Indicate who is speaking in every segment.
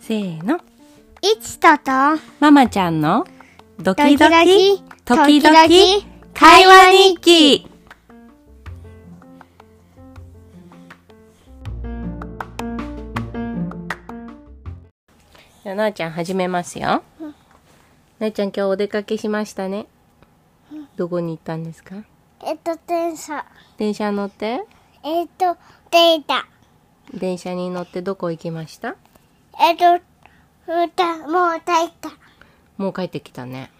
Speaker 1: せーの。
Speaker 2: いちとと、
Speaker 1: ママちゃんのドキド
Speaker 2: ド
Speaker 1: キ、時
Speaker 2: キドキ
Speaker 1: 々、会話日記。じゃあ、なあちゃん始めますよ。なあちゃん今日お出かけしましたね。どこに行ったんですか
Speaker 2: えっと、電車。
Speaker 1: 電車乗って
Speaker 2: えっと、データ。
Speaker 1: 電車に乗ってどこ行きました
Speaker 2: えっと、歌、もう歌いた。
Speaker 1: もう帰ってきたね。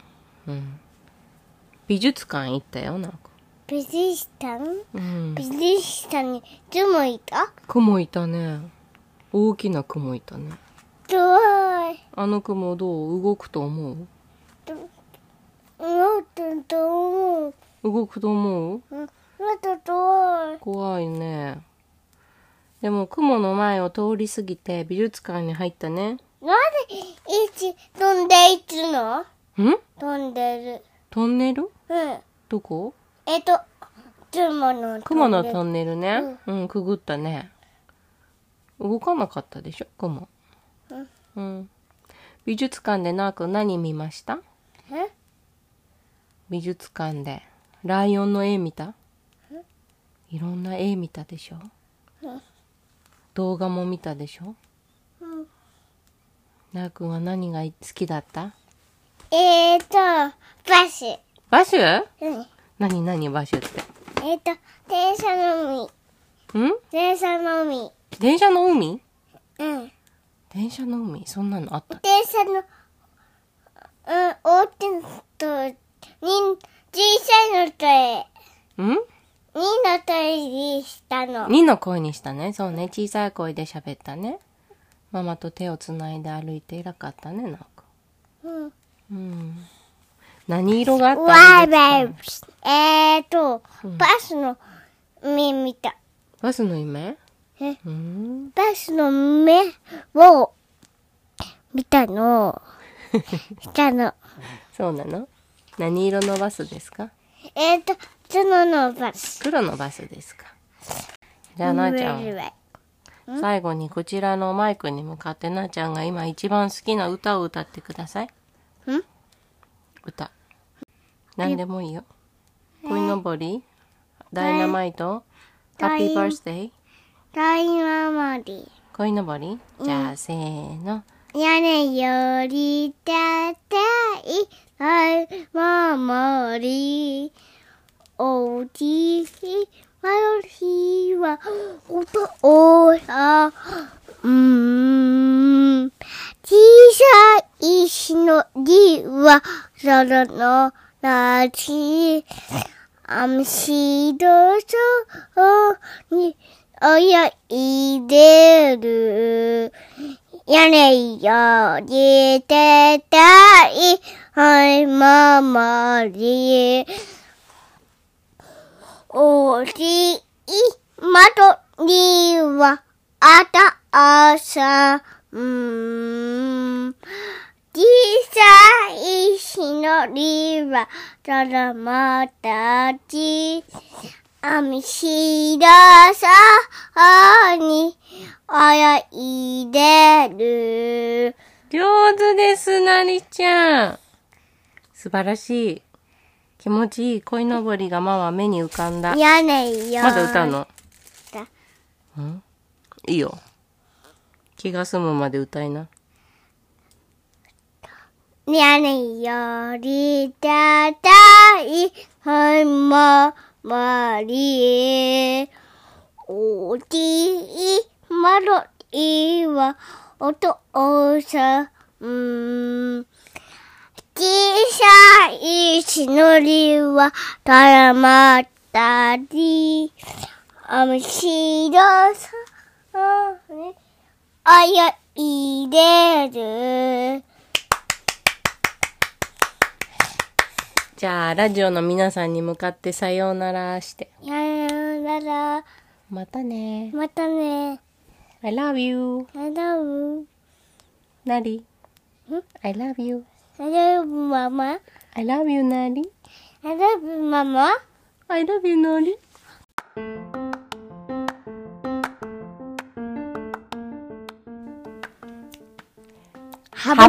Speaker 1: うん。美術館行ったよ、なんか。
Speaker 2: 美術館
Speaker 1: うん。
Speaker 2: 美術館にズもいた
Speaker 1: 雲いたね大きな雲いたね
Speaker 2: すごい。
Speaker 1: あの雲どう動くと思う
Speaker 2: と、もっとと思う。
Speaker 1: 動くと思う
Speaker 2: うんもっとと、
Speaker 1: 怖いねでも雲の前を通り過ぎて美術館に入ったね
Speaker 2: なんで、いち飛んでいつの
Speaker 1: ん
Speaker 2: 飛んでる。
Speaker 1: トンネル
Speaker 2: うん。
Speaker 1: どこ
Speaker 2: えっと、ズもの
Speaker 1: 雲の
Speaker 2: 飛
Speaker 1: ト
Speaker 2: んでる
Speaker 1: ンネルねうんくぐったね動かなかったでしょ雲うん美術館でなーくん何見ました
Speaker 2: え
Speaker 1: 美術館でライオンの絵見たいろんな絵見たでしょ動画も見たでしょ
Speaker 2: うん
Speaker 1: なあくんは何が好きだった
Speaker 2: えっと、バス。
Speaker 1: バシュ
Speaker 2: うん。
Speaker 1: 何何バシュって
Speaker 2: えっ、と、電車の
Speaker 1: ん
Speaker 2: 海。電車の海。
Speaker 1: 電車の海
Speaker 2: うん。
Speaker 1: 電車の海そんなのあった
Speaker 2: 電車の、うん、大きなと、に、小さいのとえ、
Speaker 1: ん
Speaker 2: にのとえにしたの。
Speaker 1: ?2 の声にしたねそうね小さい声で喋ったねママと手をつないで歩いて偉かったねなんか
Speaker 2: うん。
Speaker 1: うん何色があった
Speaker 2: わー
Speaker 1: 美術館
Speaker 2: べえっ、と、バスの目見た。
Speaker 1: バスの夢
Speaker 2: え
Speaker 1: うん
Speaker 2: バスの目を見たの。 したの。
Speaker 1: そうなの何色のバスですか
Speaker 2: えっ、と、角のバス。
Speaker 1: 黒のバスですかじゃあなあちゃん最後にこちらのマイクに向かってなあちゃんが今一番好きな歌を歌ってください
Speaker 2: ん
Speaker 1: 歌何でもいいよ鯉のぼりダイナマイトハ
Speaker 2: ダイ
Speaker 1: ッピーバースデー
Speaker 2: ラインはまり。
Speaker 1: 鯉のぼりじゃあせーの
Speaker 2: 屋根よりたていあ守りおじいまよりはおとおらうーん小さい石のりはそろのなちあむしろそうに泳いでる屋根より出たい、はい、ままり。おじい、窓には、あたあさ、うーん。小さいしのりは、ただまたち。あみしらさに、あやいでる。
Speaker 1: 上手ですなりちゃん素晴らしい気持ちいい鯉のぼりがママ目に浮かんだ
Speaker 2: 屋根よ。
Speaker 1: まだ歌うの
Speaker 2: だ
Speaker 1: うんいいよ。気が済むまで歌いな。
Speaker 2: 屋根より高いはいままり。おじいまろいはお父さん。小さいしのりはたらまったり。あむしろさにあやいでる。
Speaker 1: じゃあ、ラジオの皆さんに向かってさようならして。
Speaker 2: やらら、
Speaker 1: またね。
Speaker 2: またね。
Speaker 1: I love you.
Speaker 2: アラブ、
Speaker 1: なり
Speaker 2: ん。
Speaker 1: I love you.
Speaker 2: アラブママ、
Speaker 1: I love you, なり。
Speaker 2: I love you, Mama.
Speaker 1: I love you, のり。
Speaker 2: Have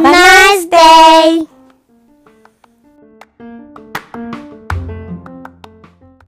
Speaker 1: a
Speaker 2: nice day.